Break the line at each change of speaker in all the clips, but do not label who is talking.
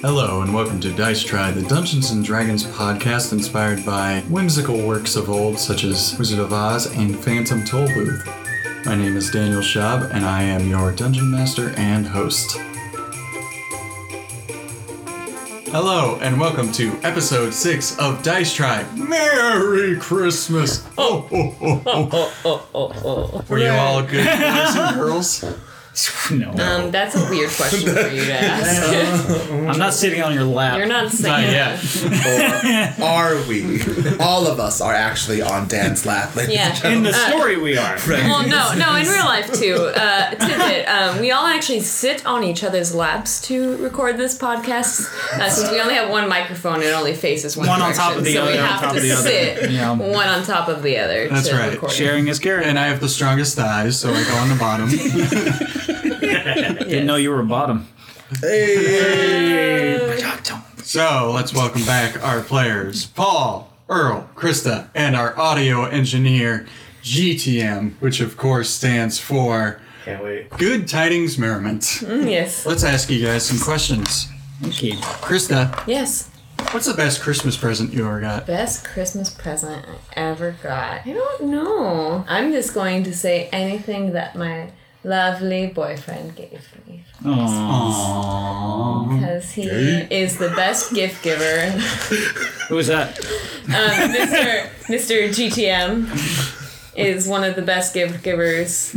Hello and welcome to Dice Try, the Dungeons and Dragons podcast inspired by whimsical works of old such as Wizard of Oz and Phantom Tollbooth. My name is Daniel Schaub and I am your dungeon master and host. Hello and welcome to episode 6 of Dice Try. Merry Christmas. Oh, oh, oh, oh.
Oh, oh, oh, oh.
Were you all good boys and girls?
No.
Um, that's a weird question for you to ask.
I'm not sitting on your lap.
You're not saying
are we? All of us are actually on Dan's lap. ladies
Yeah.
and gentlemen.
In the
Uh,
story, we are.
Well, no, no, in real life too. Uh, tidbit: um, we all actually sit on each other's laps to record this podcast, uh, since we only have one microphone and it only faces one,
One on
direction,
top of the
so we
other, on
have
top
to
of the other.
sit
Yeah.
one on top of the other.
That's
to
right.
Record. it.
Sharing is caring.
And I have the strongest thighs, so I go on the bottom.
Didn't know you were a bottom.
So let's welcome back our players, Paul, Earl, Krista, and our audio engineer, GTM, which of course stands for
Can't wait.
Good Tidings Merriment.
Mm, Yes.
Let's ask you guys some questions.
Okay.
Krista,
Yes.
what's the best Christmas present you ever got?
Best Christmas present I ever got. I don't know. I'm just going to say anything that my lovely boyfriend gave me.
Aww.
Because he is the best gift giver.
Who was that?
Um, Mr. Mr. GTM is one of the best gift givers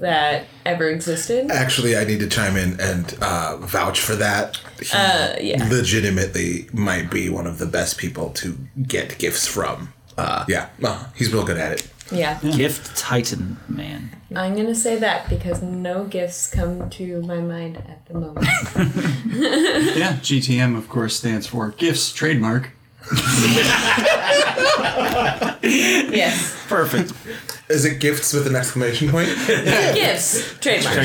that ever existed. Uh,
Actually, I need to chime in and uh, vouch for that. He
Uh, yeah.
legitimately might be one of the best people to get gifts from. Uh, yeah, well, he's real good at it.
Yeah.
Gift Titan man.
I'm going to say that because no gifts come to my mind at the moment.
Yeah, GTM of course stands for Gifts Trademark.
yes.
Perfect.
Is it gifts with an exclamation point?
Gifts. Trademark.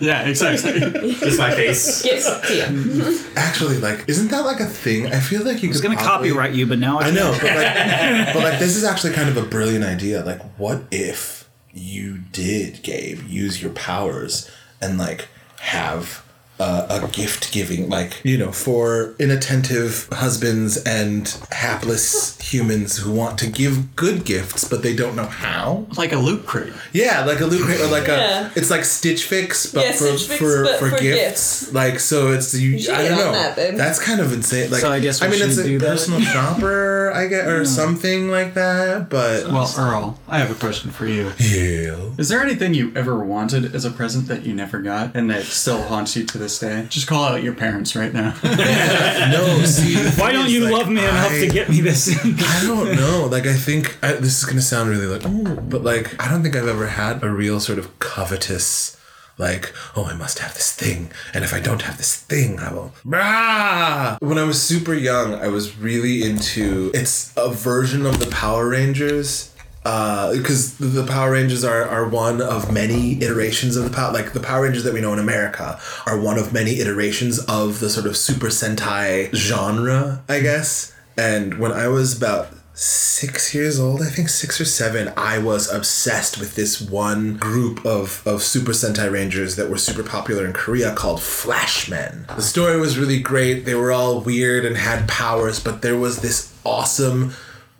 Yeah, exactly.
Just my face.
Gifts to you.
Actually, like, isn't that like a thing? I feel like you
I was gonna copyright you, but now I,
I know, but like, but like, this is actually kind of a brilliant idea. Like, what if you did, Gabe, use your powers and like have uh, a gift giving, like you know, for inattentive husbands and hapless humans who want to give good gifts but they don't know how.
like a loot crate.
Yeah, like a loot crate or like
Yeah.
a it's like Stitch Fix, but
Yeah,
for
Stitch Fix,
for,
but
for,
for
gifts. Like so, it's you.
should
I
get
don't
on
know.
that, babe.
That's kind of insane. Like
So I guess we
I mean, it's
should
a
do that.
personal shopper, I guess, or something like that. But
Well, Earl, I have a question for you.
yeah,
Is there anything you ever wanted as a present that you never got and that still haunts you to this day? Just call out your parents right now.
no. See, the
Why
thing
don't
is,
you
like,
love me enough
I-
to get me this?
I don't know. Like, I think I, this is gonna sound really like, ooh, but like, I don't think I've ever had a real sort of covetous, like, oh, I must have this thing, and if I don't have this thing, I will. Rah! When I was super young, I was really into. It's a version of the Power Rangers. Because Uh, the Power Rangers are, are one of many iterations of the power, like the Power Rangers that we know in America are one of many iterations of the sort of Super Sentai genre, I guess. And when I was about six years old, I think six or seven, I was obsessed with this one group of, of Super Sentai Rangers that were super popular in Korea called Flashmen. The story was really great. They were all weird and had powers, but there was this awesome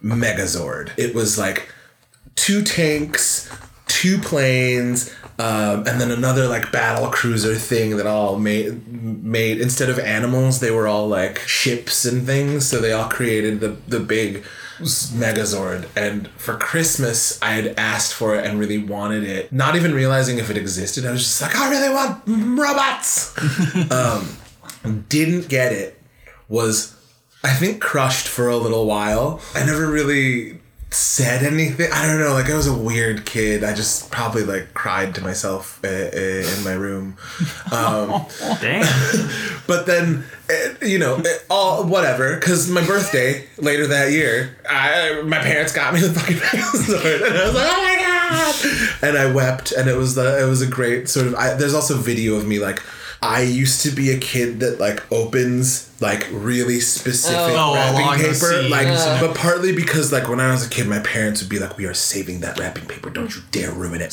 Megazord. It was like two tanks, two planes, um, and then another like battle cruiser thing that all made made instead of animals, they were all like ships and things. So they all created the the big s- Megazord. And for Christmas, I had asked for it and really wanted it, not even realizing if it existed. I was just like, I really want robots. um, didn't get it. Was I think crushed for a little while. I never really said anything. I don't know. Like I was a weird kid. I just probably like cried to myself uh, uh, in my room. Um,
Damn.
but then, uh, you know, it, all whatever. Because my birthday later that year, I my parents got me the fucking Megazord, and I was like, oh my god, and I wept, and it was the it was a great sort of. I, there's also video of me like I used to be a kid that like opens like really specific
Oh, along
wrapping
the
paper,
seams.
like,
Yeah.
but partly because like when I was a kid, my parents would be like, "We are saving that wrapping paper. Don't you dare ruin it."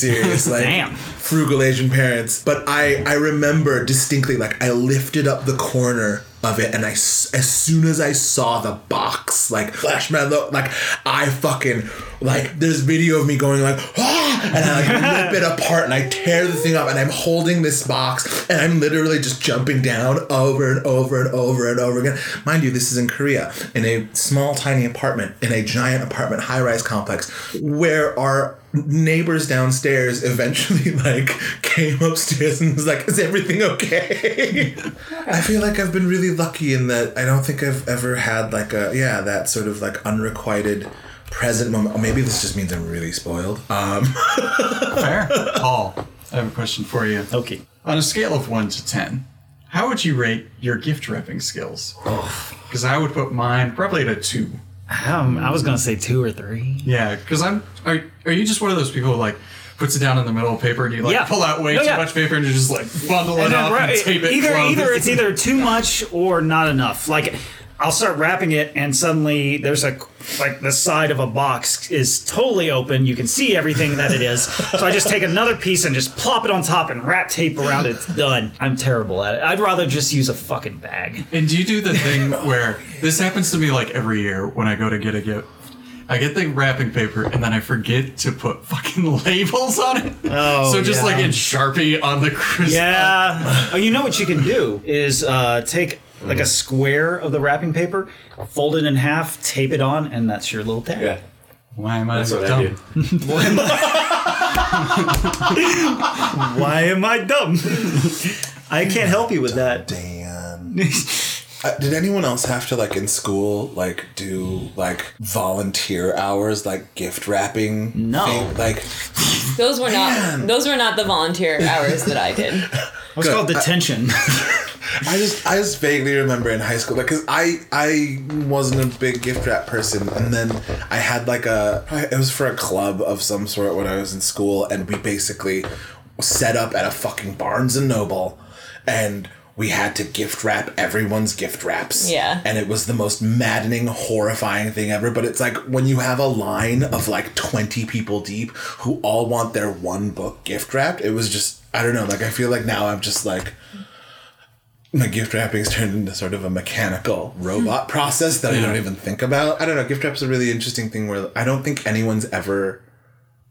serious, like
Damn.
frugal Asian parents. But I I remember distinctly like I lifted up the corner of it and I s- as soon as I saw the box like marshmallow like I fucking like there's video of me going like ah! and I like rip it apart and I tear the thing up and I'm holding this box and I'm literally just jumping down over and over and over and over again mind you this is in Korea in a small tiny apartment in a giant apartment high rise complex where our neighbors downstairs eventually like came upstairs and was like is everything okay i feel like i've been really lucky in that i don't think i've ever had like a yeah that sort of like unrequited present moment or maybe this just means i'm really spoiled um
Fair. Paul, I have a question for you.
Okay.
On a scale of 1 to 10, how would you rate your gift wrapping skills? Because I would put mine probably at a 2.
Um, I was gonna say two or three.
Yeah, because I'm. Are, are you just one of those people who, like, puts it down in the middle of paper and you, like,
Yeah.
pull out way
No,
too
yeah.
much paper and you just, like, bundle it up and tape it
either
closed?
either it's either too much or not enough. Like I'll start wrapping it and suddenly there's a like the side of a box is totally open. You can see everything that it is. So I just take another piece and just plop it on top and wrap tape around it. It's done. I'm terrible at it. I'd rather just use a fucking bag.
And do you do the thing where this happens to me like every year when I go to get a gift? I get the wrapping paper and then I forget to put fucking labels on it.
Oh,
so just
yeah.
like in Sharpie on the crisp.
Yeah. oh, you know what you can do is uh, take like a square of the wrapping paper, fold it in half, tape it on, and that's your little tag.
Yeah.
Why am I
That's
so
what I
dumb?
do.
Why am I dumb? I can't help you with that.
Dan. Uh, did anyone else have to like in school like do like volunteer hours like gift wrapping?
No.
like
Those were not those were not the volunteer hours that I did.
It's called detention.
I just I just vaguely remember in high school like because I I wasn't a big gift wrap person and then I had like a it was for a club of some sort when I was in school and we basically set up at a fucking Barnes and Noble and we had to gift wrap everyone's gift wraps
Yeah.
and it was the most maddening horrifying thing ever but it's like when you have a line of like 20 people deep who all want their one book gift wrapped it was just I don't know like I feel like now I'm just like my gift wrapping's turned into sort of a mechanical robot process that I don't even think about. I don't know. Gift wrap's a really interesting thing where I don't think anyone's ever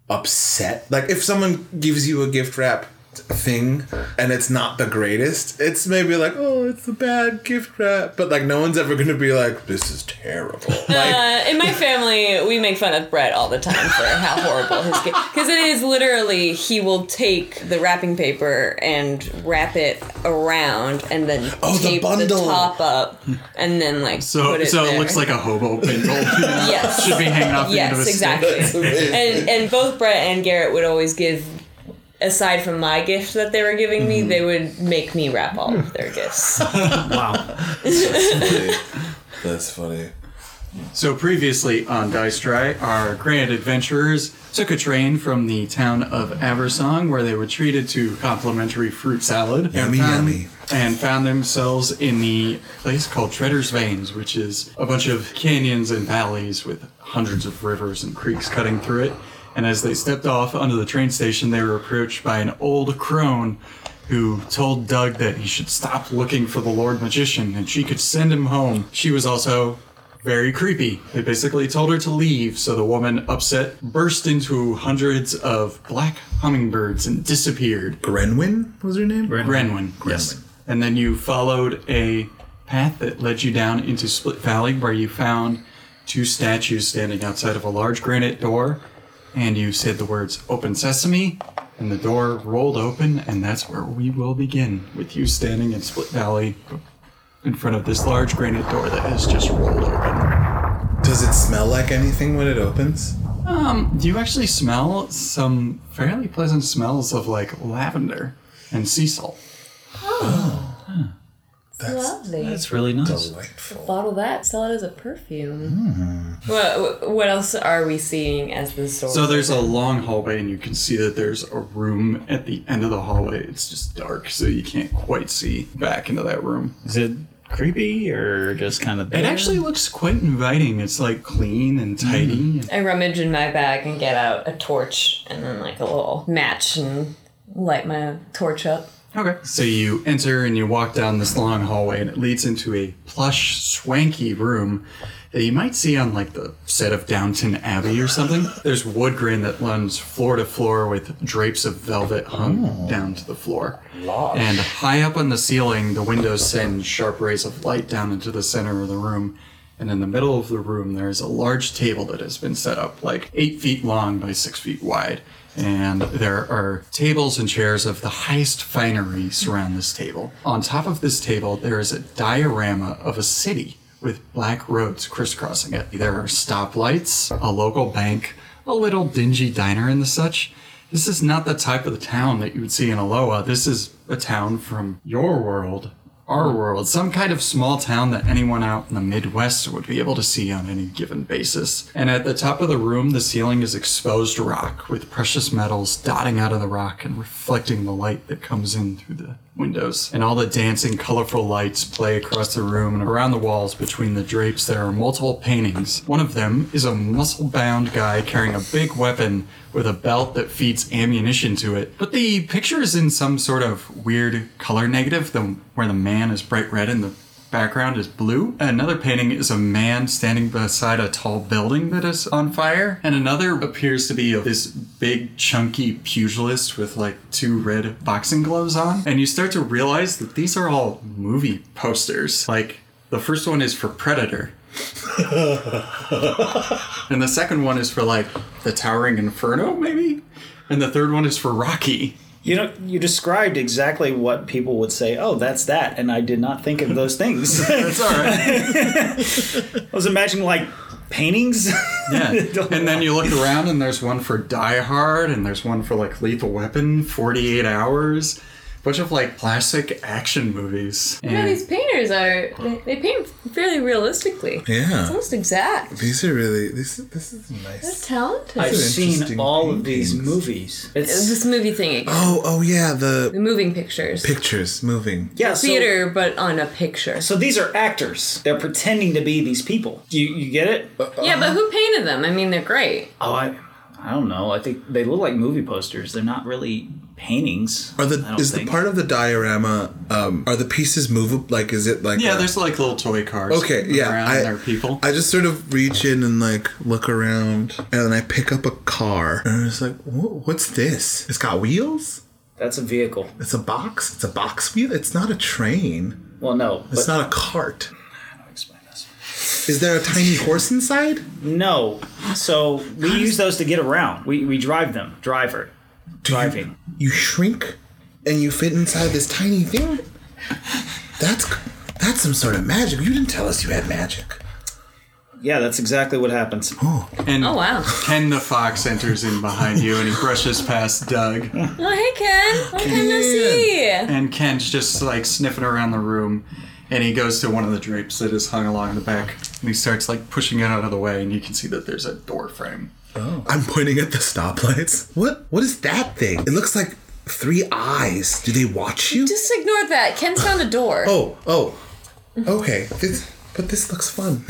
upset. Like if someone gives you a gift wrap thing and it's not the greatest, it's maybe like, oh, it's a bad gift wrap. But like no one's ever gonna be like, this is terrible. Like
Uh, in my family, we make fun of Brett all the time for how horrible his gift. Because it is literally he will take the wrapping paper and wrap it around and then
Oh, the
tape the,
bundle.
top up and then like put
So
it
so
there.
it looks like a hobo bindle. you know?
Yes.
Should be hanging off the end of a
yes,
stick.
exactly.
amazing.
and and both Brett and Garrett would always give. Aside from my gift that they were giving
Mm-hmm.
me, they would make me wrap all of their gifts.
wow.
That's funny.
So previously on Dice Try, our grand adventurers took a train from the town of Aversong, where they were treated to complimentary fruit salad.
Yummy,
and found,
yummy.
And found themselves in the place called Treader's Veins, which is a bunch of canyons and valleys with hundreds of rivers and creeks cutting through it. And as they stepped off onto the train station, they were approached by an old crone who told Doug that he should stop looking for the Lord Magician and she could send him home. She was also very creepy. They basically told her to leave, so the woman, upset, burst into hundreds of black hummingbirds and disappeared.
Grenwin was her name?
Grenwin. Yes. And then you followed a path that led you down into Split Valley, where you found two statues standing outside of a large granite door, and you said the words "Open Sesame." And the door rolled open, and that's where we will begin with you standing in Split Valley in front of this large granite door that has just rolled open.
Does it smell like anything when it opens?
Um, you actually smell some fairly pleasant smells of like lavender and sea salt.
That's
Lovely.
That's really nice.
delightful.
Bottle that, sell it as a perfume.
What, what else are we seeing as the source?
So there's a long hallway, and you can see that there's a room at the end of the hallway. It's just dark, so you can't quite see back into that room.
Is it creepy or just kind of?
It actually looks quite inviting. It's like clean and tidy.
I rummage in my bag and get out a torch and then like a little match and
Light my torch up.
Okay. So you enter and you walk down this long hallway, and it leads into a plush, swanky room that you might see on like the set of Downton Abbey or something. There's wood grain that runs floor to floor with drapes of velvet hung down to the floor. And high up on the ceiling, the windows send sharp rays of light down into the center of the room. And in the middle of the room, there is a large table that has been set up, like eight feet long by six feet wide. And there are tables and chairs of the highest finery surround this table. On top of this table, there is a diorama of a city with black roads crisscrossing it. There are stoplights, a local bank, a little dingy diner, and the such. This is not the type of the town that you would see in Aloha. This is a town from your world, our world, some kind of small town that anyone out in the Midwest would be able to see on any given basis. And at the top of the room, the ceiling is exposed rock with precious metals dotting out of the rock and reflecting the light that comes in through the windows. And all the dancing, colorful lights play across the room and around the walls between the drapes. There are multiple paintings. One of them is a muscle bound guy carrying a big weapon with a belt that feeds ammunition to it. But the picture is in some sort of weird color negative, the, where the man is bright red and the background is blue. Another painting is a man standing beside a tall building that is on fire. And another appears to be of this big, chunky pugilist with like two red boxing gloves on. And you start to realize that these are all movie posters. Like, the first one is for Predator. And the second one is for like the Towering Inferno, maybe? And the third one is for Rocky.
You know, you described exactly what people would say. Oh, that's that, and I did not think of those things. I
That's all right.
was imagining like paintings.
Yeah. And then you look around and there's one for Die Hard and there's one for like Lethal Weapon, 48 Hours, bunch of like classic action movies.
Yeah,
And-
these painters are they, they paint fairly realistically. It's
Yeah.
almost exact.
These are really this is this is
That's
nice.
talented.
I've
Those are
seen
interesting
all of these
paintings.
movies. It's
This movie thing again.
Oh, oh yeah,
The
the
moving pictures.
pictures moving.
yeah, so-
Theater but on a picture.
So these are actors. They're pretending to be these people. You you get it?
Uh,
yeah, but who painted them? I mean they're great.
Oh, I I don't know. I think they look like movie posters. They're not really paintings.
Are
I
the
don't
is
think.
the part of the diorama um are the pieces movable like is it like
yeah,
a-
there's like little toy cars.
Okay, yeah,
Around
I-
there, people.
I just sort of reach in and like look around, and then I pick up a car, and I was like, "Wha- "What's this? It's got wheels.
That's a vehicle.
It's a box. It's a box wheel. It's not a train.
Well, no,
It's
but
not a cart.
I'll explain this.
Is there a tiny horse inside?
No. So we use those to get around. We we drive them. Driver.
Do you-
Driving.
You, shrink, and you fit inside this tiny thing. That's that's some sort of magic. You didn't tell us you had magic.
Yeah, that's exactly what happens.
and
Oh wow.
Ken the Fox enters in behind you and he brushes past Doug.
Oh hey Ken. Long time no see.
And Ken's just like sniffing around the room and he goes to one of the drapes that is hung along the back and he starts like pushing it out of the way and you can see that there's a door frame.
I'm pointing at the stoplights. What what is that thing? It looks like three eyes. Do they watch you?
Just ignore that. Ken's found a door.
Oh, oh. Okay. This, but this looks fun.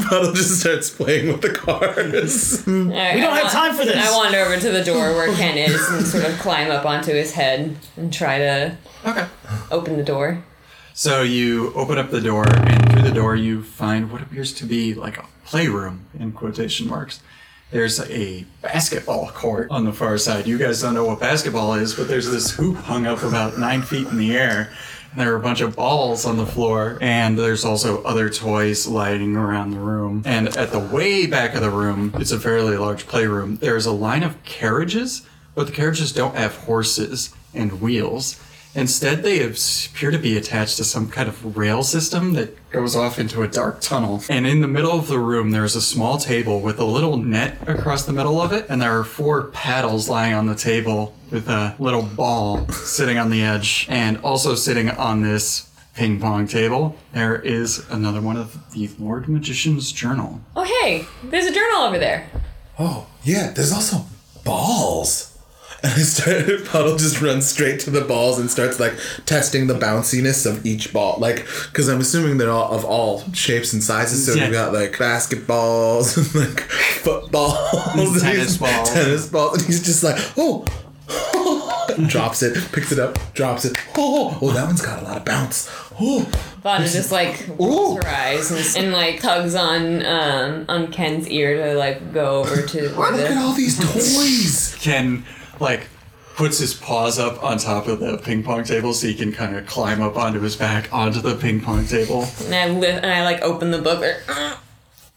Puddle just starts playing with the cars.
we
don't have time for this.
I wander over to the door where Ken is and sort of climb up onto his head and try to
Okay.
open the door.
So you open up the door, and through the door you find what appears to be like a playroom in quotation marks. There's a basketball court on the far side. You guys don't know what basketball is, but there's this hoop hung up about nine feet in the air. And there are a bunch of balls on the floor, and there's also other toys lighting around the room. And at the way back of the room, it's a fairly large playroom. There's a line of carriages, but the carriages don't have horses and wheels. Instead, they appear to be attached to some kind of rail system that goes off into a dark tunnel. And in the middle of the room, there is a small table with a little net across the middle of it, and there are four paddles lying on the table with a little ball sitting on the edge, and also sitting on this ping pong table, there is another one of the Lord Magician's Journal.
Oh, hey, there's a journal over there.
Oh, yeah, there's also balls. And I started, Puddle just runs straight to the balls and starts like testing the bounciness of each ball. Like, because I'm assuming they're all of all shapes and sizes. So
Yeah.
we've got like basketballs and like footballs, and
Tennis
he's-
balls.
tennis balls. And he's just like, oh, drops it, picks it up, drops it. Oh, oh, that one's got a lot of bounce. Oh,
Vada just like
Ooh.
rolls her eyes and, and like tugs on um, on Ken's ear to like go over to where
look at
the
all these toys.
Ken, like, puts his paws up on top of the ping pong table so he can kind of climb up onto his back onto the ping pong table.
and I lift and I like open the book. Like,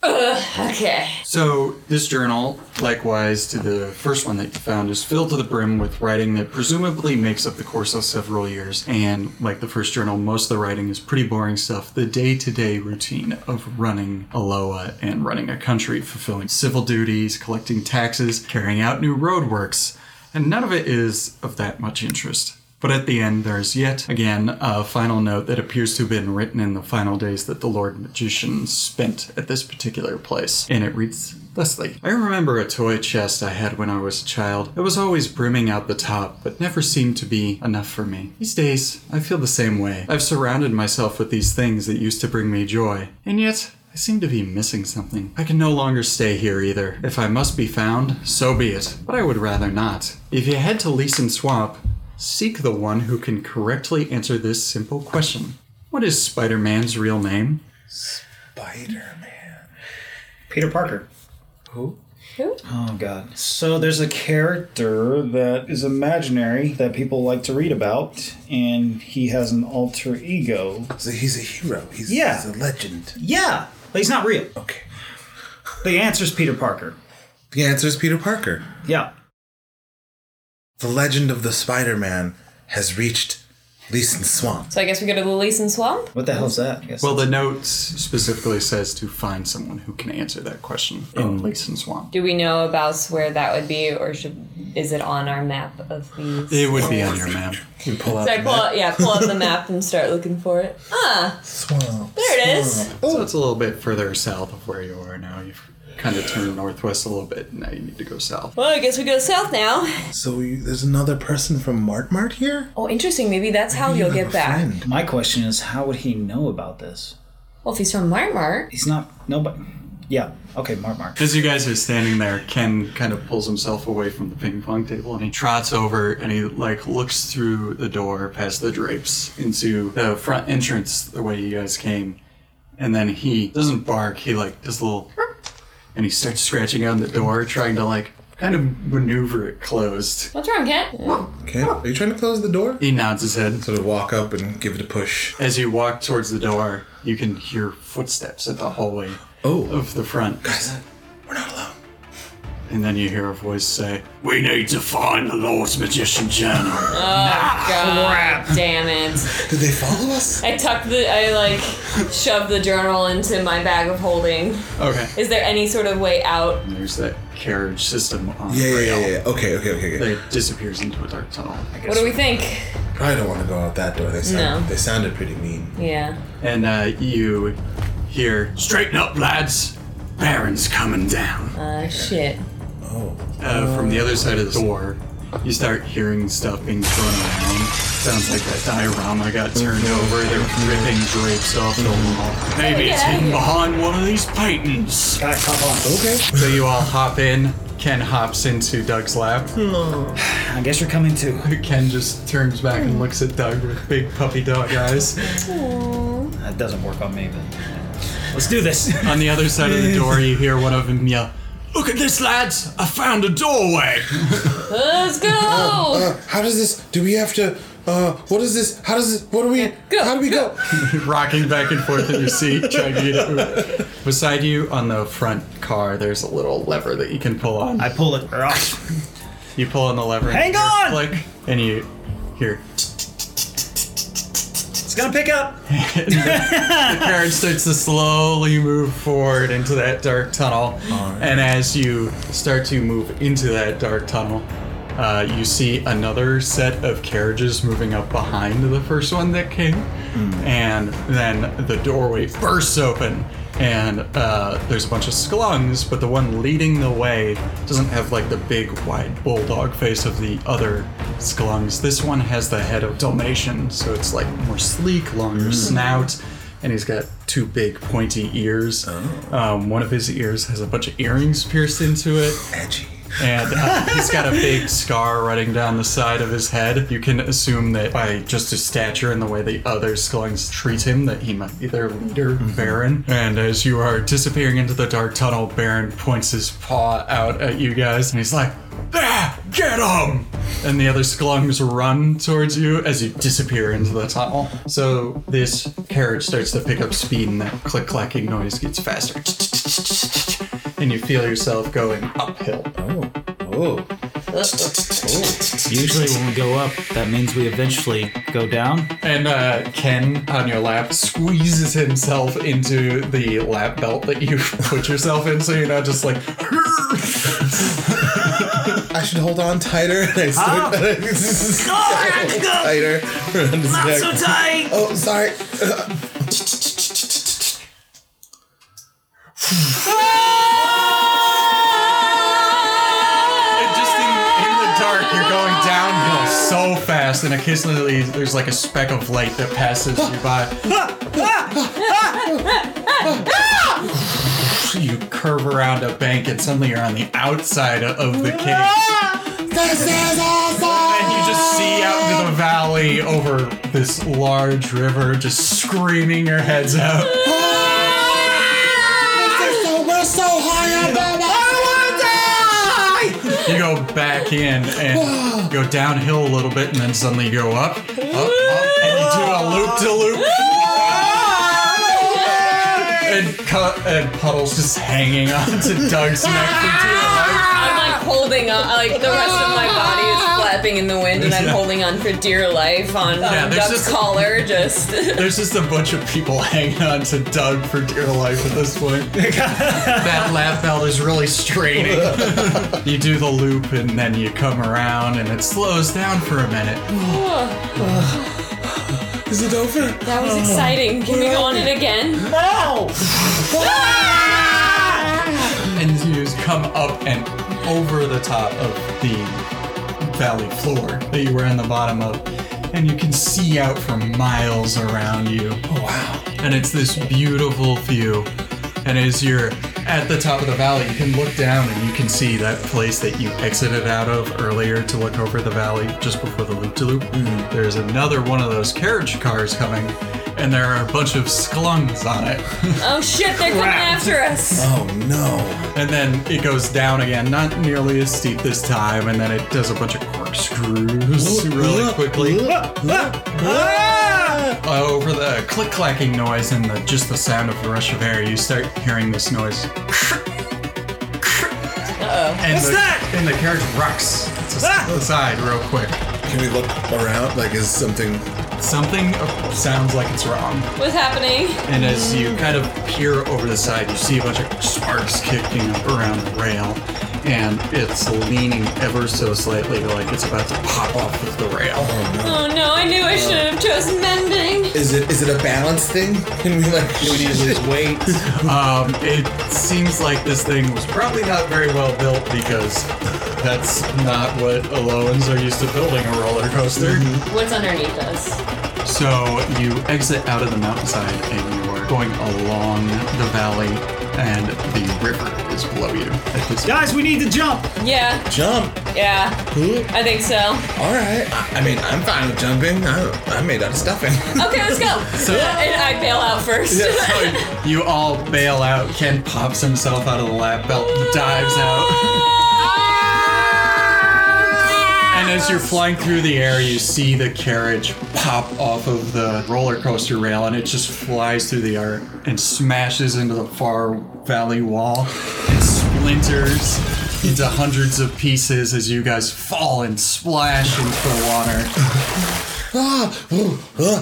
Ugh, okay.
So this journal, likewise to the first one that you found, is filled to the brim with writing that presumably makes up the course of several years. And like the first journal, most of the writing is pretty boring stuff. The day-to-day routine of running Aloha and running a country, fulfilling civil duties, collecting taxes, carrying out new roadworks, and none of it is of that much interest. But at the end, there's yet again a final note that appears to have been written in the final days that the Lord Magician spent at this particular place. And it reads Leslie, I remember a toy chest I had when I was a child. It was always brimming out the top, but never seemed to be enough for me. These days, I feel the same way. I've surrounded myself with these things that used to bring me joy. And yet, I seem to be missing something. I can no longer stay here either. If I must be found, so be it. But I would rather not. If you head to Leeson Swamp, seek the one who can correctly answer this simple question. What is Spider Man's real name?
Spider-Man.
Peter Parker.
Who?
Oh God! So there's a character that is imaginary that people like to read about, and he has an alter ego.
So he's a hero. He's,
Yeah.
he's a legend.
Yeah, but he's not real.
Okay.
The answer's Peter Parker.
The answer is Peter Parker.
Yeah.
The legend of the Spider-Man has reached Leeson Swamp.
So I guess we go to the Leeson Swamp.
What the hell's that? I guess.
Well, the note specifically says to find someone who can answer that question in Leeson Swamp.
Do we know about where that would be, or should is it on our map of these?
It would be on your map.
You pull out
So I
the
pull
map.
out, yeah, pull out the map and start looking for it. Ah,
Swamp.
there it is.
So it's a little bit further south of where you are now. You've kind of turned northwest a little bit, and now you need to go south.
Well, I guess we go south now.
So you, there's another person from Mart Mart here?
Oh, interesting. Maybe that's how
You
you'll
have
get
a
back.
friend.
my question is, how would he know about this?
Well, if he's from Marmar,
He's not nobody. Yeah. Okay, Mark. Mark.
As you guys are standing there, Ken kind of pulls himself away from the ping pong table and he trots over and he like looks through the door past the drapes into the front entrance the way you guys came. And then he doesn't bark, he like does a little and he starts scratching on the door, trying to like kind of maneuver it closed.
what's wrong, Kent?
Okay. Are you trying to close the door?
He nods his head.
Sort of walk up and give it a push.
As you walk towards the door, you can hear footsteps at the hallway
Oh.
of the front.
We're not alone.
And then you hear a voice say, We need to find the Lord's Magician Journal.
God damn it!
Did they follow us?
I tuck the, I like shove the journal into my bag of holding.
Okay.
Is there any sort of way out?
And there's that carriage system on
Yeah,
the
yeah,
rail
yeah, yeah. Okay, okay, okay, okay.
that disappears into a dark tunnel.
What do we think?
Probably don't want to go out that door. They sound,
No.
they sounded pretty mean.
Yeah.
And uh, you hear, Straighten up, lads! Baron's coming down.
Uh, shit.
Oh.
Uh, from the other side of the door, you start hearing stuff being thrown around. Sounds like that diorama got turned over. They're ripping drapes off the wall. Maybe it's
Yeah.
hidden behind one of these paintings.
Guys, hop on.
Okay.
So you all hop in. Ken hops into Doug's lap.
I guess you're coming too.
Ken just turns back and looks at Doug with big puppy dog eyes.
That doesn't work on me, but let's do this.
On the other side of the door, you hear one of them yell, Look at this, lads! I found a doorway!
Let's go.
Uh, how does this? Do we have to? Uh, what is this? How does this? What do we?
Go,
how do we go?
Rocking back and forth in your seat, trying to get it. Beside you on the front car, there's a little lever that you can pull on.
I pull it off.
You pull on the lever. and
Hang
you hear
on!
Click, and you hear
It's gonna pick up.
the carriage starts to slowly move forward into that dark tunnel. And as you start to move into that dark tunnel, Uh, you see another set of carriages moving up behind the first one that came, and then the doorway bursts open, and uh, there's a bunch of sklungs, but the one leading the way doesn't have like the big wide bulldog face of the other sklungs. This one has the head of Dalmatian, so it's like more sleek, longer snout, and he's got two big pointy ears. Um, one of his ears has a bunch of earrings pierced into it
Edgy.
and uh, he's got a big scar running down the side of his head. You can assume that by just his stature and the way the other Sklungs treat him, that he might be their leader, Baron. And as you are disappearing into the dark tunnel, Baron points his paw out at you guys, and he's like, "There, get him!" And the other Sklungs run towards you as you disappear into the tunnel. So this carriage starts to pick up speed, and that click clacking noise gets faster. And you feel yourself going uphill.
Oh. Oh. Oh.
Usually, when we go up, that means we eventually go down.
And uh, Ken on your lap squeezes himself into the lap belt that you put yourself in, so you're not just like.
I should hold on tighter. And I start tighter. around his neck.
tight.
Oh, sorry.
And just in, in the dark, you're going downhill so fast, and occasionally there's like a speck of light that passes you by. You curve around a bank, and suddenly you're on the outside of the cave. And you just see out into the valley over this large river, just screaming your heads out. You go back in and go downhill a little bit, and then suddenly you go up, up, up, and you do a loop to loop. And, cu- and puddles just hanging onto Doug's neck for dear life.
I'm like holding on, like the rest of my body is flapping in the wind, and I'm
Yeah.
holding on for dear life on um,
there's
Doug's
just-
collar. Just
There's just a bunch of people hanging on to Doug for dear life at this point. that laugh belt is really straining. you do the loop and then you come around and it slows down for a minute.
Is it over?
that was exciting. Can we go on it again?
No.
And you just come up and over the top of the valley floor that you were in the bottom of. And you can see out for miles around you.
Wow.
and it's this beautiful view. And as you're at the top of the valley, you can look down and you can see that place that you exited out of earlier to look over the valley just before the loop to loop. There's another one of those carriage cars coming, and there are a bunch of sklungs on it.
Oh shit, they're coming after us.
Oh no.
and then it goes down again, not nearly as steep this time, and then it does a bunch of corkscrews really quickly. Uh, over the click clacking noise and the, just the sound of the rush of air, you start hearing this noise. And
What's
the,
that?
And the carriage rocks to
Ah!
the side real quick.
Can we look around? Like, is something?
Something uh, sounds like it's wrong.
What's happening?
And as you kind of peer over the side, you see a bunch of sparks kicking up around the rail, and it's leaning ever so slightly, like it's about to pop off of the rail.
Oh no, I knew I should have chosen mending.
Is it? Is it a balance thing? Can we like?
We need to lose weight.
Um, it seems like this thing was probably not very well built because that's not what Aloans are used to building a roller coaster.
Mm-hmm.
What's underneath us?
So you exit out of the mountainside and you are going along the valley, and the river is below you. At this
Guys, we need to jump.
Yeah,
Jump.
yeah,
Ooh,
I think so.
All right. I, I mean, I'm fine with jumping. I, I'm made out of stuffing.
Okay, let's go. and I bail out first.
so you all bail out. Ken pops himself out of the lap belt, dives out.
Ah!
And as you're flying through the air, you see the carriage pop off of the roller coaster rail, and it just flies through the air and smashes into the far valley wall and splinters into hundreds of pieces as you guys fall and splash into the water.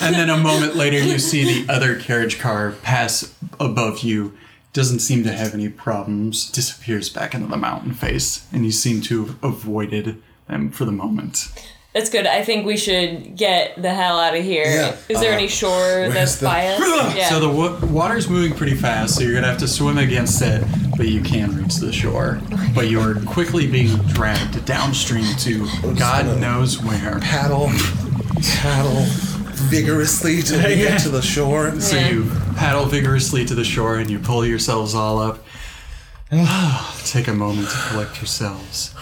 And then a moment later, you see the other carriage car pass above you doesn't seem to have any problems, disappears back into the mountain face, and you seem to have avoided them for the moment.
That's good. I think we should get the hell out of here. Is
Yeah.
there
Uh,
any shore
where's
that's
the-
by us? Yeah.
So the w- water's moving pretty fast, so you're gonna have to swim against it, but you can reach the shore. But you are quickly being dragged downstream to God knows where.
Paddle, paddle vigorously till we get to the shore.
So you paddle vigorously to the shore and you pull yourselves all up. Take a moment to collect yourselves.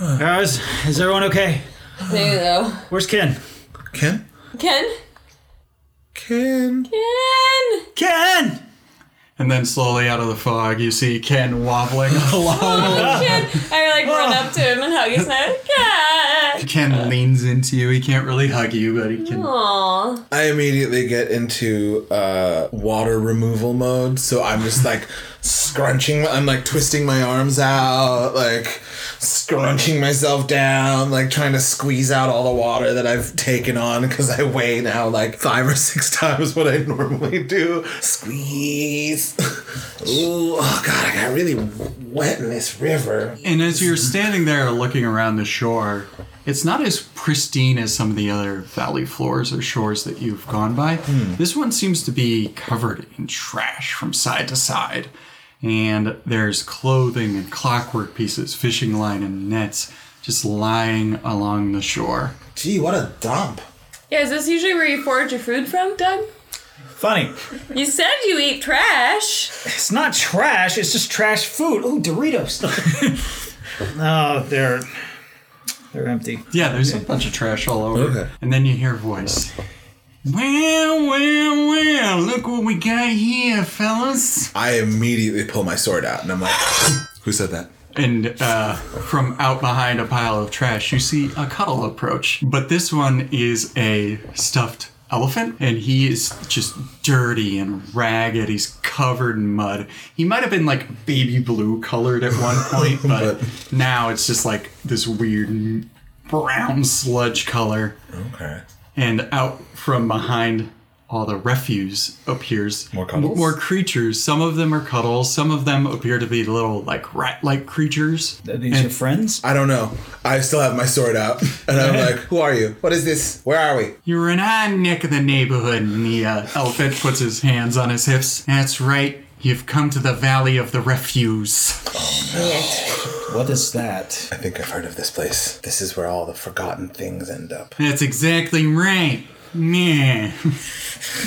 Guys, is everyone okay?
There you go.
Where's Ken?
Ken?
Ken?
Ken?
Ken!
Ken!
And then slowly out of the fog, you see Ken wobbling along.
Ken! I like run up to him and hug his neck. Ken!
Ken leans into you. He can't really hug you, but he can.
Aw.
I immediately get into uh, water removal mode, so I'm just like scrunching. I'm like twisting my arms out, like scrunching myself down, like trying to squeeze out all the water that I've taken on because I weigh now like five or six times what I normally do. Squeeze. Ooh, oh god, I got really wet in this river.
And as you're standing there looking around the shore, it's not as pristine as some of the other valley floors or shores that you've gone by. This one seems to be covered in trash from side to side. And there's clothing and clockwork pieces, fishing line and nets just lying along the shore.
Gee, what a dump.
Yeah, is this usually where you forage your food from, Doug?
Funny.
You said you eat trash.
It's not trash, it's just trash food. Ooh, Doritos. oh, they're they're empty.
Yeah, there's a bunch of trash all over.
Okay.
And then you hear a voice. Well, well, well, look what we got here, fellas.
I immediately pull my sword out and I'm like, who said that?
And uh, from out behind a pile of trash, you see a cuddle approach. But this one is a stuffed elephant, and he is just dirty and ragged. He's covered in mud. He might have been like baby blue colored at one point, but, now it's just like this weird brown sludge color.
Okay.
And out from behind all the refuse appears
More cuddles?
more creatures. Some of them are cuddles. Some of them appear to be little like rat-like creatures.
Are these your friends?
I don't know. I still have my sword out, and I'm like, "Who are you? What is this? Where are we?"
You're in our neck of the neighborhood, and the uh, elephant puts his hands on his hips. That's right. You've come to the Valley of the Refuse.
What is that?
I think I've heard of this place. This is where all the forgotten things end up.
That's exactly right. Yeah.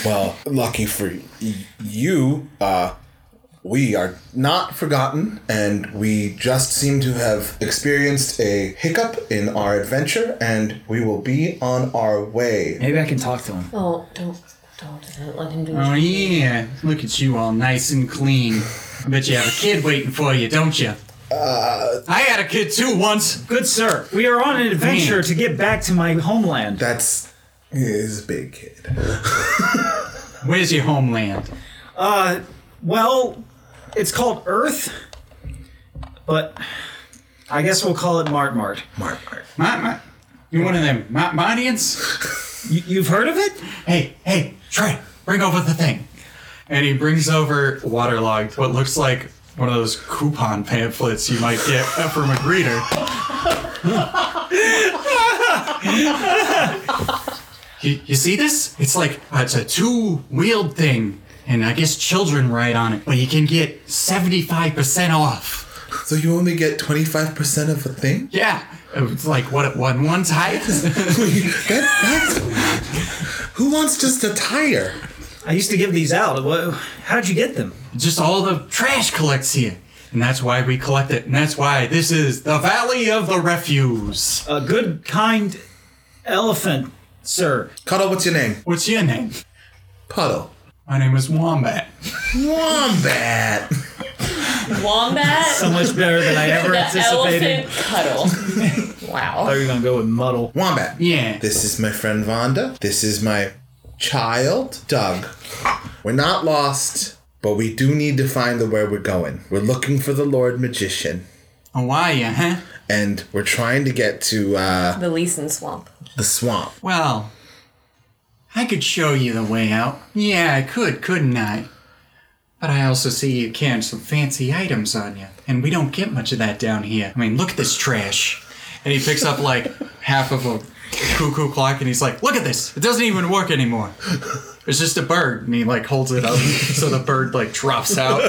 Well, lucky for y- you, uh, we are not forgotten, and we just seem to have experienced a hiccup in our adventure, and we will be on our way.
Maybe I can talk to him.
Oh, don't, don't, don't let him do
Oh yeah. Look at you all nice and clean. I bet you have a kid waiting for you, don't you? Uh, I had a kid too once.
Good sir, we are on an adventure to get back to my homeland.
That's is big kid.
Where's your homeland?
Well, it's called Earth, but I guess we'll call it Mart Mart.
Mark, Mark.
My, my, you're one of them my, my audience?
You, you've heard of it?
Hey, hey, Trey, bring over the thing. And he brings over waterlogged what looks like one of those coupon pamphlets you might get from a greeter. you, you see this? It's like uh, it's a two-wheeled thing, and I guess children ride on it, but you can get 75% off.
So you only get twenty five percent of a thing.
Yeah, it's like what one one tire.
That, that's, who wants just a tire?
I used to give these out. What, how'd you get them?
just all the trash collects here. And that's why we collect it. And that's why this is the Valley of the Refuse.
A good, kind elephant, sir.
Cuddle, what's your name?
What's your name?
Puddle.
My name is Wombat.
Wombat.
Wombat,
So much better than I ever
the elephant
anticipated.
cuddle. wow.
Are you gonna go with muddle?
Wombat.
Yeah.
This is my friend Vonda. This is my child, Doug. We're not lost, but we do need to find the where we're going. We're looking for the Lord Magician.
Oh, why you, huh?
And we're trying to get to uh,
The Leeson Swamp.
the swamp.
Well, I could show you the way out. Yeah, I could, couldn't I? But I also see you carrying some fancy items on you, and we don't get much of that down here. I mean, look at this trash. And he picks up like half of a cuckoo clock, and he's like, "Look at this! It doesn't even work anymore. It's just a bird." And he like holds it up, so the bird like drops out.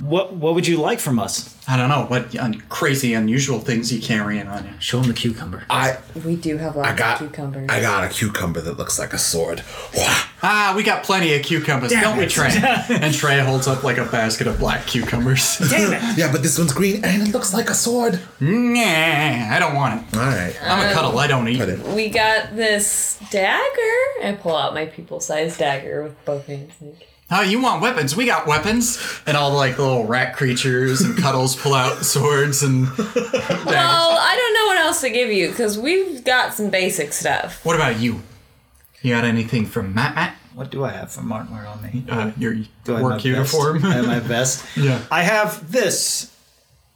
What What would you like from us?
I don't know what un- crazy, unusual things you carrying on you.
Show him the cucumber.
I
We do have lots
I got
of cucumbers.
I got a cucumber that looks like a sword. Wah.
Ah, we got plenty of cucumbers, don't we,
it.
Trey? and Trey holds up like a basket of black cucumbers.
Damn it!
Yeah, but this one's green and it looks like a sword.
nah, I don't want it.
All right.
I'm a cuddle. I don't eat.
Put it.
We got this dagger. I pull out my people sized dagger with both hands. like,
Oh, you want weapons? We got weapons. And all the like little rat creatures and cuddles pull out swords and daggers.
Well, Oh, I don't know what else to give you because we've got some basic stuff.
What about you? You got anything from Matt Matt?
What do I have from Martin Wear on me?
Uh, your
Do I have my
work
vest?
uniform?
I have my vest.
yeah.
I have this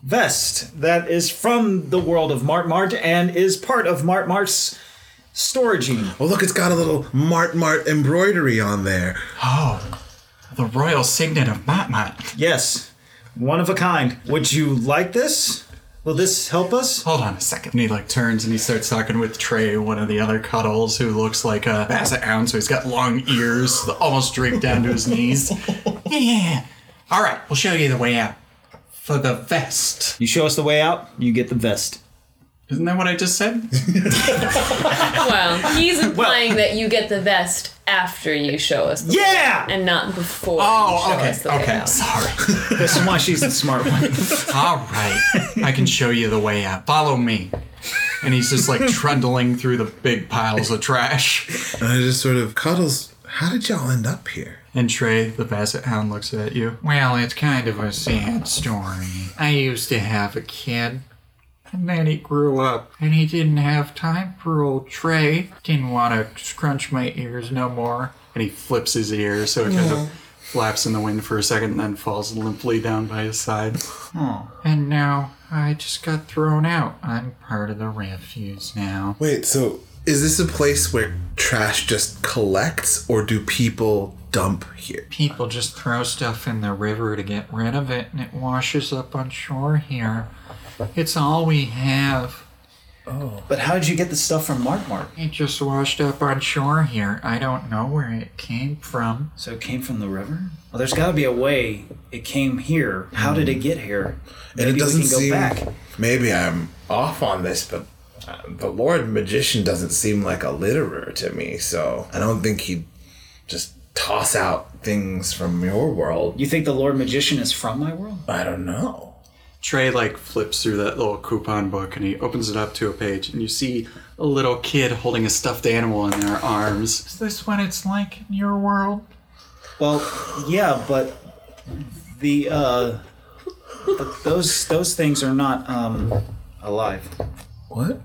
vest that is from the world of Mart Mart and is part of Mart Mart's storage unit.
Oh, look, it's got a little Mart Mart embroidery on there.
Oh, the royal signet of Matt Matt.
Yes, one of a kind. Would you like this? Will this help us?
Hold on a second. And he like turns and he starts talking with Trey, one of the other cuddles, who looks like a basset hound, so he's got long ears, almost draped down to his knees. Yeah, yeah, yeah. All right, we'll show you the way out for the vest.
You show us the way out, you get the vest.
Isn't that what I just said?
Well, he's implying that you get the vest after you show us the
Yeah!
and not before you
Oh,
show
okay,
us the way
okay.
out.
Sorry.
This is why she's the smart one.
All right, I can show you the way out. Follow me. And he's just like trundling through the big piles of trash.
And I just sort of cuddles. How did y'all end up here?
And Trey, the basset hound, looks at you. Well, it's kind of a sad story. I used to have a kid. And then he grew up, and he didn't have time for old Trey. Didn't want to scrunch my ears no more. And he flips his ear, so it kind of flaps in the wind for a second, and then falls limply down by his side. And now I just got thrown out. I'm part of the refuse now.
Wait, so is this a place where trash just collects, or do people dump here?
People just throw stuff in the river to get rid of it, and it washes up on shore here. It's all we have.
But how did you get the stuff from Mart Mart?
It just washed up on shore here. I don't know where it came from.
So it came from the river? Well, there's got to be a way it came here. How did it get here? Maybe
and it doesn't
we can go
seem.
back.
Maybe I'm off on this, but uh, the Lord Magician doesn't seem like a litterer to me, so I don't think he'd just toss out things from your world.
You think the Lord Magician is from my world?
I don't know.
Trey like flips through that little coupon book and he opens it up to a page and you see a little kid holding a stuffed animal in their arms. Is this what it's like in your world?
Well, yeah, but the uh, but those those things are not um, alive.
What?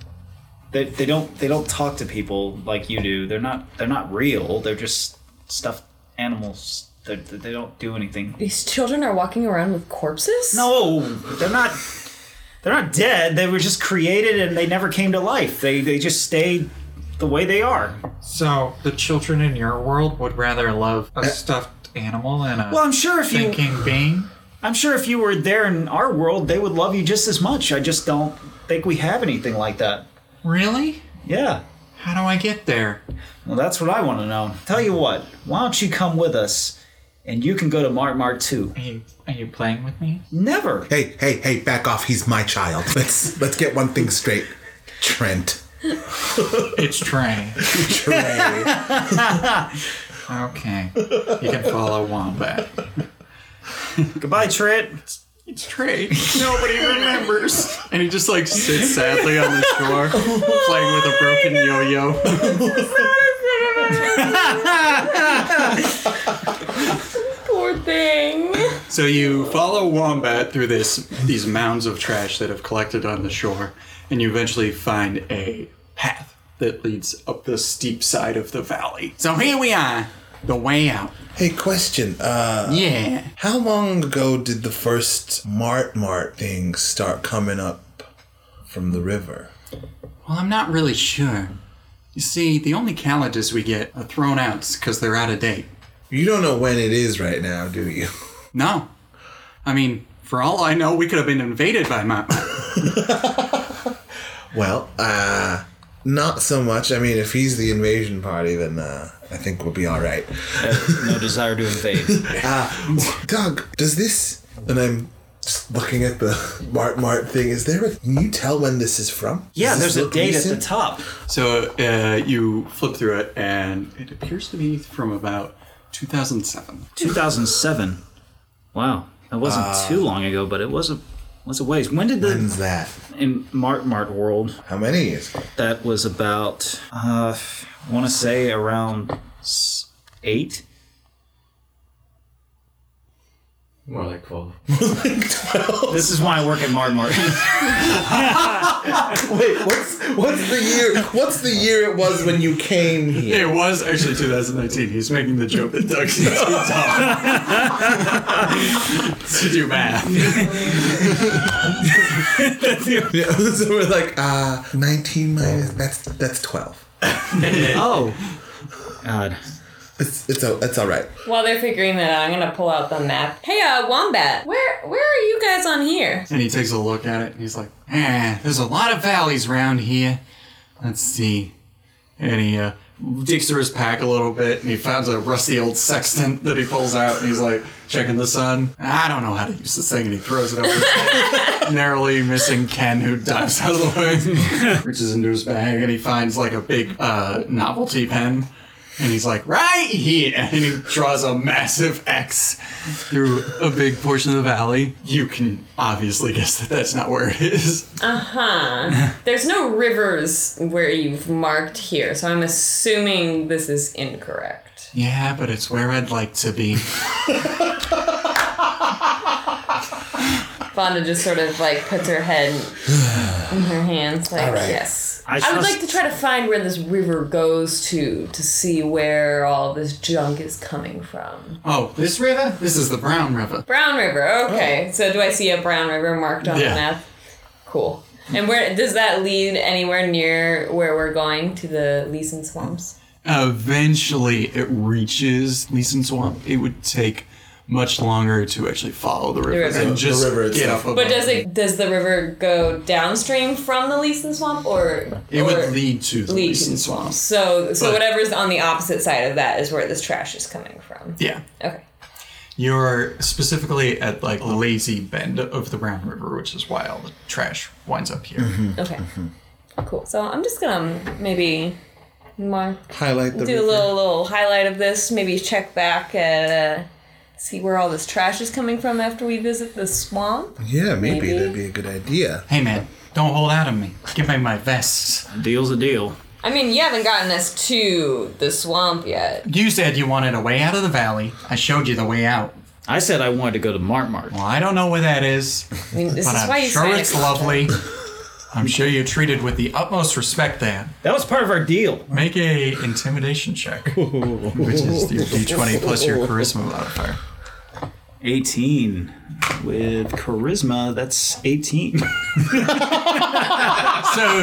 They, they don't they don't talk to people like you do. They're not they're not real. They're just stuffed animals. They're, they don't do anything.
These children are walking around with corpses?
No, they're not. They're not dead. They were just created and they never came to life. They they just stayed the way they are.
So the children in your world would rather love a stuffed animal and a
Well, I'm sure if you
thinking being.
I'm sure if you were there in our world, they would love you just as much. I just don't think we have anything like that.
Really?
Yeah.
How do I get there?
Well, that's what I want to know. Tell you what, why don't you come with us and you can go to Mart Mart too?
Are you, are you playing with me?
Never.
Hey, hey, hey, back off. He's my child. Let's let's get one thing straight. Trent.
It's Trey.
Trey.
Okay. You can follow Wombat.
Goodbye, Trit.
It's Trey. Nobody remembers. And he just like sits sadly on the shore, playing with a broken yo-yo.
Poor thing.
So you follow Wombat through this these mounds of trash that have collected on the shore, and you eventually find a path that leads up the steep side of the valley. So here we are. The way out.
hey, question. Uh
Yeah.
how long ago did the first Mart Mart things start coming up from the river?
Well, I'm not really sure. You see, the only calendars we get are thrown out because they're out of date.
You don't know when it is right now, do you?
No. I mean, for all I know, we could have been invaded by my.
Well, uh, not so much. I mean, if he's the invasion party, then uh, I think we'll be all right.
no desire to invade.
Doug, does this? And I'm just looking at the Mart Mart thing. Is there? A, can you tell when this is from?
Yeah,
Does this
there's a
look
date at
recent?
the top.
So uh, you flip through it, and it appears to be from about 2007.
2007. Wow, that wasn't too long ago, but it was a was a ways. Uh, When did the
When's that?
in Mart Mart world
How many years? ago?
that was about? Uh, I want to say around s- eight.
More like 12.
This is why I work at Mart Mart.
Wait, what's what's the year? What's the year it was when you came here?
It was actually 2019. He's making the joke that Doug's too dumb to do math.
Yeah, so we're like, uh, 19 minus. That's that's 12.
oh, God.
It's it's a, it's all right.
While they're figuring that out, I'm gonna pull out the map.
Hey, uh, Wombat,
Where where are you guys on here?
And he takes a look at it, and he's like, eh, there's a lot of valleys around here. Let's see. And he uh, digs through his pack a little bit, and he finds a rusty old sextant that he pulls out, and he's like, checking the sun. I don't know how to use this thing, and he throws it over his head, narrowly missing Ken, who dives out of the way. Reaches into his bag, and he finds like a big uh, novelty pen. And he's like, right here. And he draws a massive X through a big portion of the valley. You can obviously guess that that's not where it is.
There's no rivers where you've marked here, so I'm assuming this is incorrect.
Yeah, but it's where I'd like to be.
Fonda just sort of like puts her head in her hands, like
right.
yes.
I
I, would
trust-
like to try to find where this river goes to to see where all this junk is coming from.
Oh, this river? This is the Brown River.
Brown River. Okay, so do I see a Brown River marked on
Oh. Yeah.
the map? Cool. And where does that lead? Anywhere near where we're going to the Leeson Swamps?
Eventually, it reaches Leeson Swamp. It would take much longer to actually follow the river
river.
than just
The river
get
itself.
up above.
But does it does the river go downstream from the Leeson Swamp or
It
or
would lead to the
lead
Leeson
to-
Swamp.
So so
But-
whatever's on the opposite side of that is where this trash is coming from.
Yeah.
Okay.
You're specifically at like a lazy bend of the Brown River, which is why all the trash winds up here.
Okay.
Mm-hmm.
Cool. So I'm just gonna um, maybe mark
Highlight the
do a little little highlight of this. Maybe check back at uh, see where all this trash is coming from after we visit the swamp.
Yeah, maybe,
Maybe.
that'd be a good idea.
Hey man, don't hold out on me. Give me my vest.
Deal's a deal.
I mean, you haven't gotten us to the swamp yet.
You said you wanted a way out of the valley. I showed you the way out.
I said I wanted to go to Mart Mart.
Well, I don't know where that is,
I mean, this
but
is why
I'm
you
sure
signed a
it's
contract.
lovely. I'm sure you're treated with the utmost respect there.
That was part of our deal.
Make a intimidation check, which is your d20 plus your charisma modifier.
18 with charisma. That's 18.
So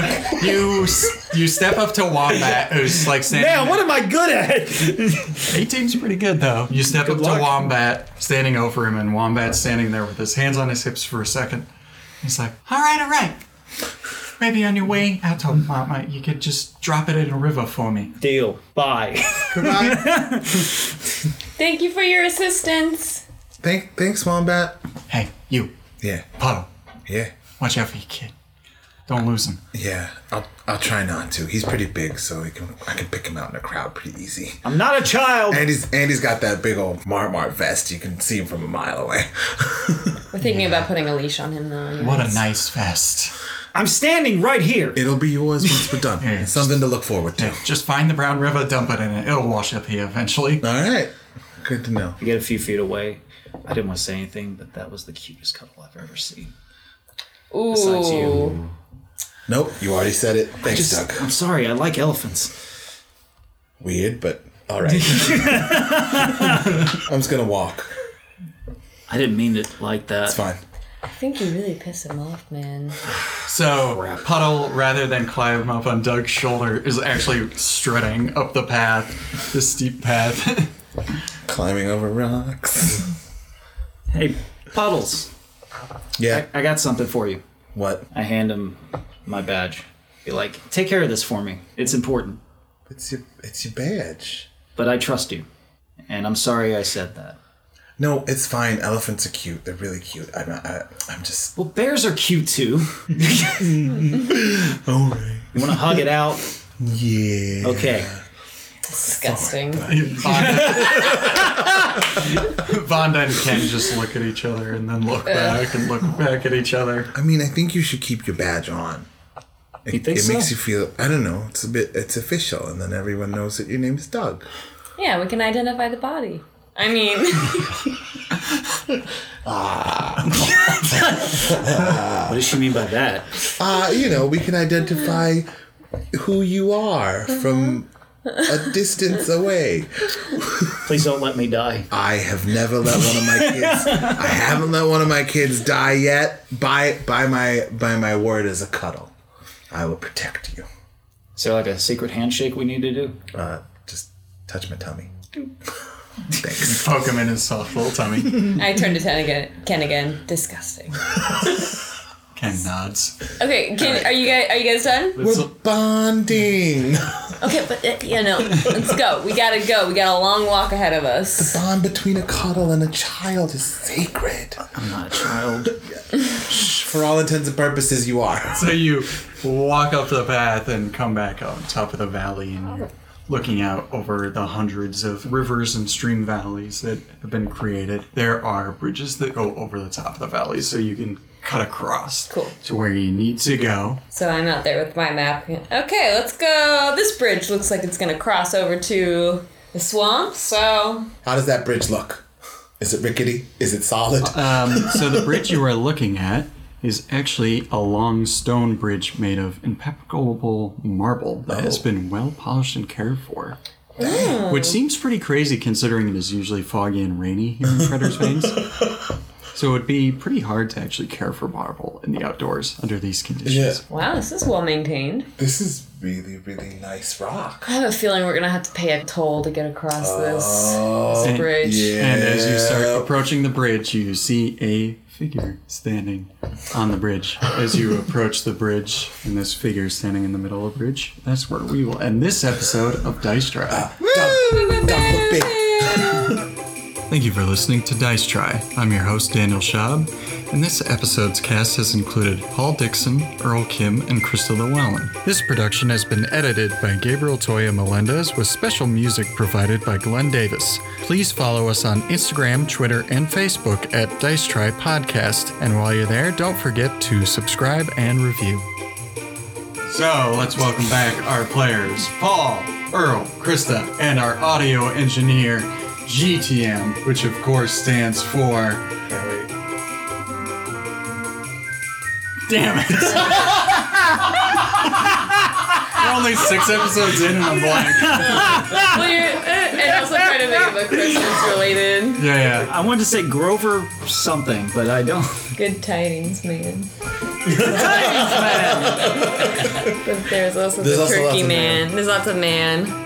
you s- you step up to Wombat, who's like standing.
Man, what am I good at?
18's pretty good though. You step up
luck.
to Wombat, standing over him, and Wombat's standing there with his hands on his hips for a second. He's like, "All right, all right. Maybe on your way out to Mama, you could just drop it in a river for me."
deal. Bye.
Thank you for your assistance.
Thank, thanks, Wombat.
Hey, you,
Yeah,
Puddle,
yeah,
watch out for your kid. Don't lose him.
yeah. I'll I'll try not to. He's pretty big, so he can I can pick him out in a crowd pretty easy.
I'm not a child.
And he's and he's got that big old Mart Mart vest. You can see him from a mile away.
We're thinking about putting a leash on him though.
What a nice vest.
I'm standing right here.
It'll be yours once we're done. It's Something to look forward to.
Yeah, just find the brown river, dump it in it. It'll wash up here eventually.
All right. Good to know.
You get a few feet away. I didn't want to say anything, but that was the cutest cuddle I've ever seen. Besides
Ooh.
you.
Nope, you already said it. Thanks, Doug.
I'm sorry, I like elephants.
Weird, but all right. I'm just gonna walk.
I didn't mean it like that.
It's fine.
I think you really piss him off, man.
So Puddle, rather than climb up on Doug's shoulder, is actually strutting up the path, the steep path.
Climbing over rocks.
Hey, Puddles,
Yeah.
I got something for you.
What?
I hand him my badge. Be like, take care of this for me. It's important.
It's your it's your badge.
But I trust you. And I'm sorry I said that.
No, it's fine. Elephants are cute. They're really cute. I'm not, I, I'm just.
Well, bears are cute too.
All right.
You want to hug it out?
Yeah.
Okay.
Disgusting.
Vonda and Ken just look at each other and then look back and look back at each other.
I mean, I think you should keep your badge on. It,
You think
it
so?
makes you feel. I don't know. It's a bit. It's official, and then everyone knows that your name is Doug.
Yeah, we can identify the body.
I mean,
What does she mean by that?
Uh, you know, we can identify who you are from a distance away.
Please don't let me die.
I have never let one of my kids. I haven't let one of my kids die yet. By by my by my word as a cuddle, I will protect you.
Is there like a secret handshake we need to do?
Uh, just touch my tummy. Thanks.
Poke him in his soft little tummy.
I turned to Ken again. Ken again. Disgusting.
Ken nods.
Okay, can, are you guys are you guys done?
We're bonding.
Okay, but uh, you know, let's go. We gotta go. We got a long walk ahead of us.
Bond between a cuddle and a child is sacred.
I'm not a child.
For all intents and purposes, you are.
So you walk up the path and come back on top of the valley and you're looking out over the hundreds of rivers and stream valleys that have been created. There are bridges that go over the top of the valley so you can cut across
Cool.
to where you need to go.
So I'm out there with my map. Okay, let's go. This bridge looks like it's gonna cross over to the swamp. So
How does that bridge look? Is it rickety? Is it solid?
Um, so the bridge you are looking at is actually a long stone bridge made of impeccable marble that has
Oh.
been well polished and cared for. Which seems pretty crazy considering it is usually foggy and rainy here in Treader's Veins. So it would be pretty hard to actually care for marble in the outdoors under these conditions.
wow, this is well maintained.
This is really, really nice rock.
I have a feeling we're gonna have to pay a toll to get across this,
Oh,
this bridge.
And as you start
Yeah.
approaching the bridge, you see a figure standing on the bridge. As you approach the bridge, and this figure standing in the middle of the bridge, that's where we will end this episode of Dice Try.
Dump- dump a bit.
Thank you for listening to Dice Try. I'm your host, Daniel Schaub, and this episode's cast has included Paul Dixon, Earl Kim, and Crystal Llewellyn. This production has been edited by Gabriel Toya Melendez with special music provided by Glenn Davis. Please follow us on Instagram, Twitter, and Facebook at Dice Try Podcast. And while you're there, don't forget to subscribe and review. So let's welcome back our players, Paul, Earl, Krista, and our audio engineer, GTM, which of course stands for. Damn it! We're only six episodes in and I'm blank.
Well, you're- uh, and also try to make it a Christmas related.
Yeah, yeah.
I wanted to say Grover something, but I don't.
Good tidings, man.
But there's also
There's
the
also lots
turkey
of
man. There's lots of man.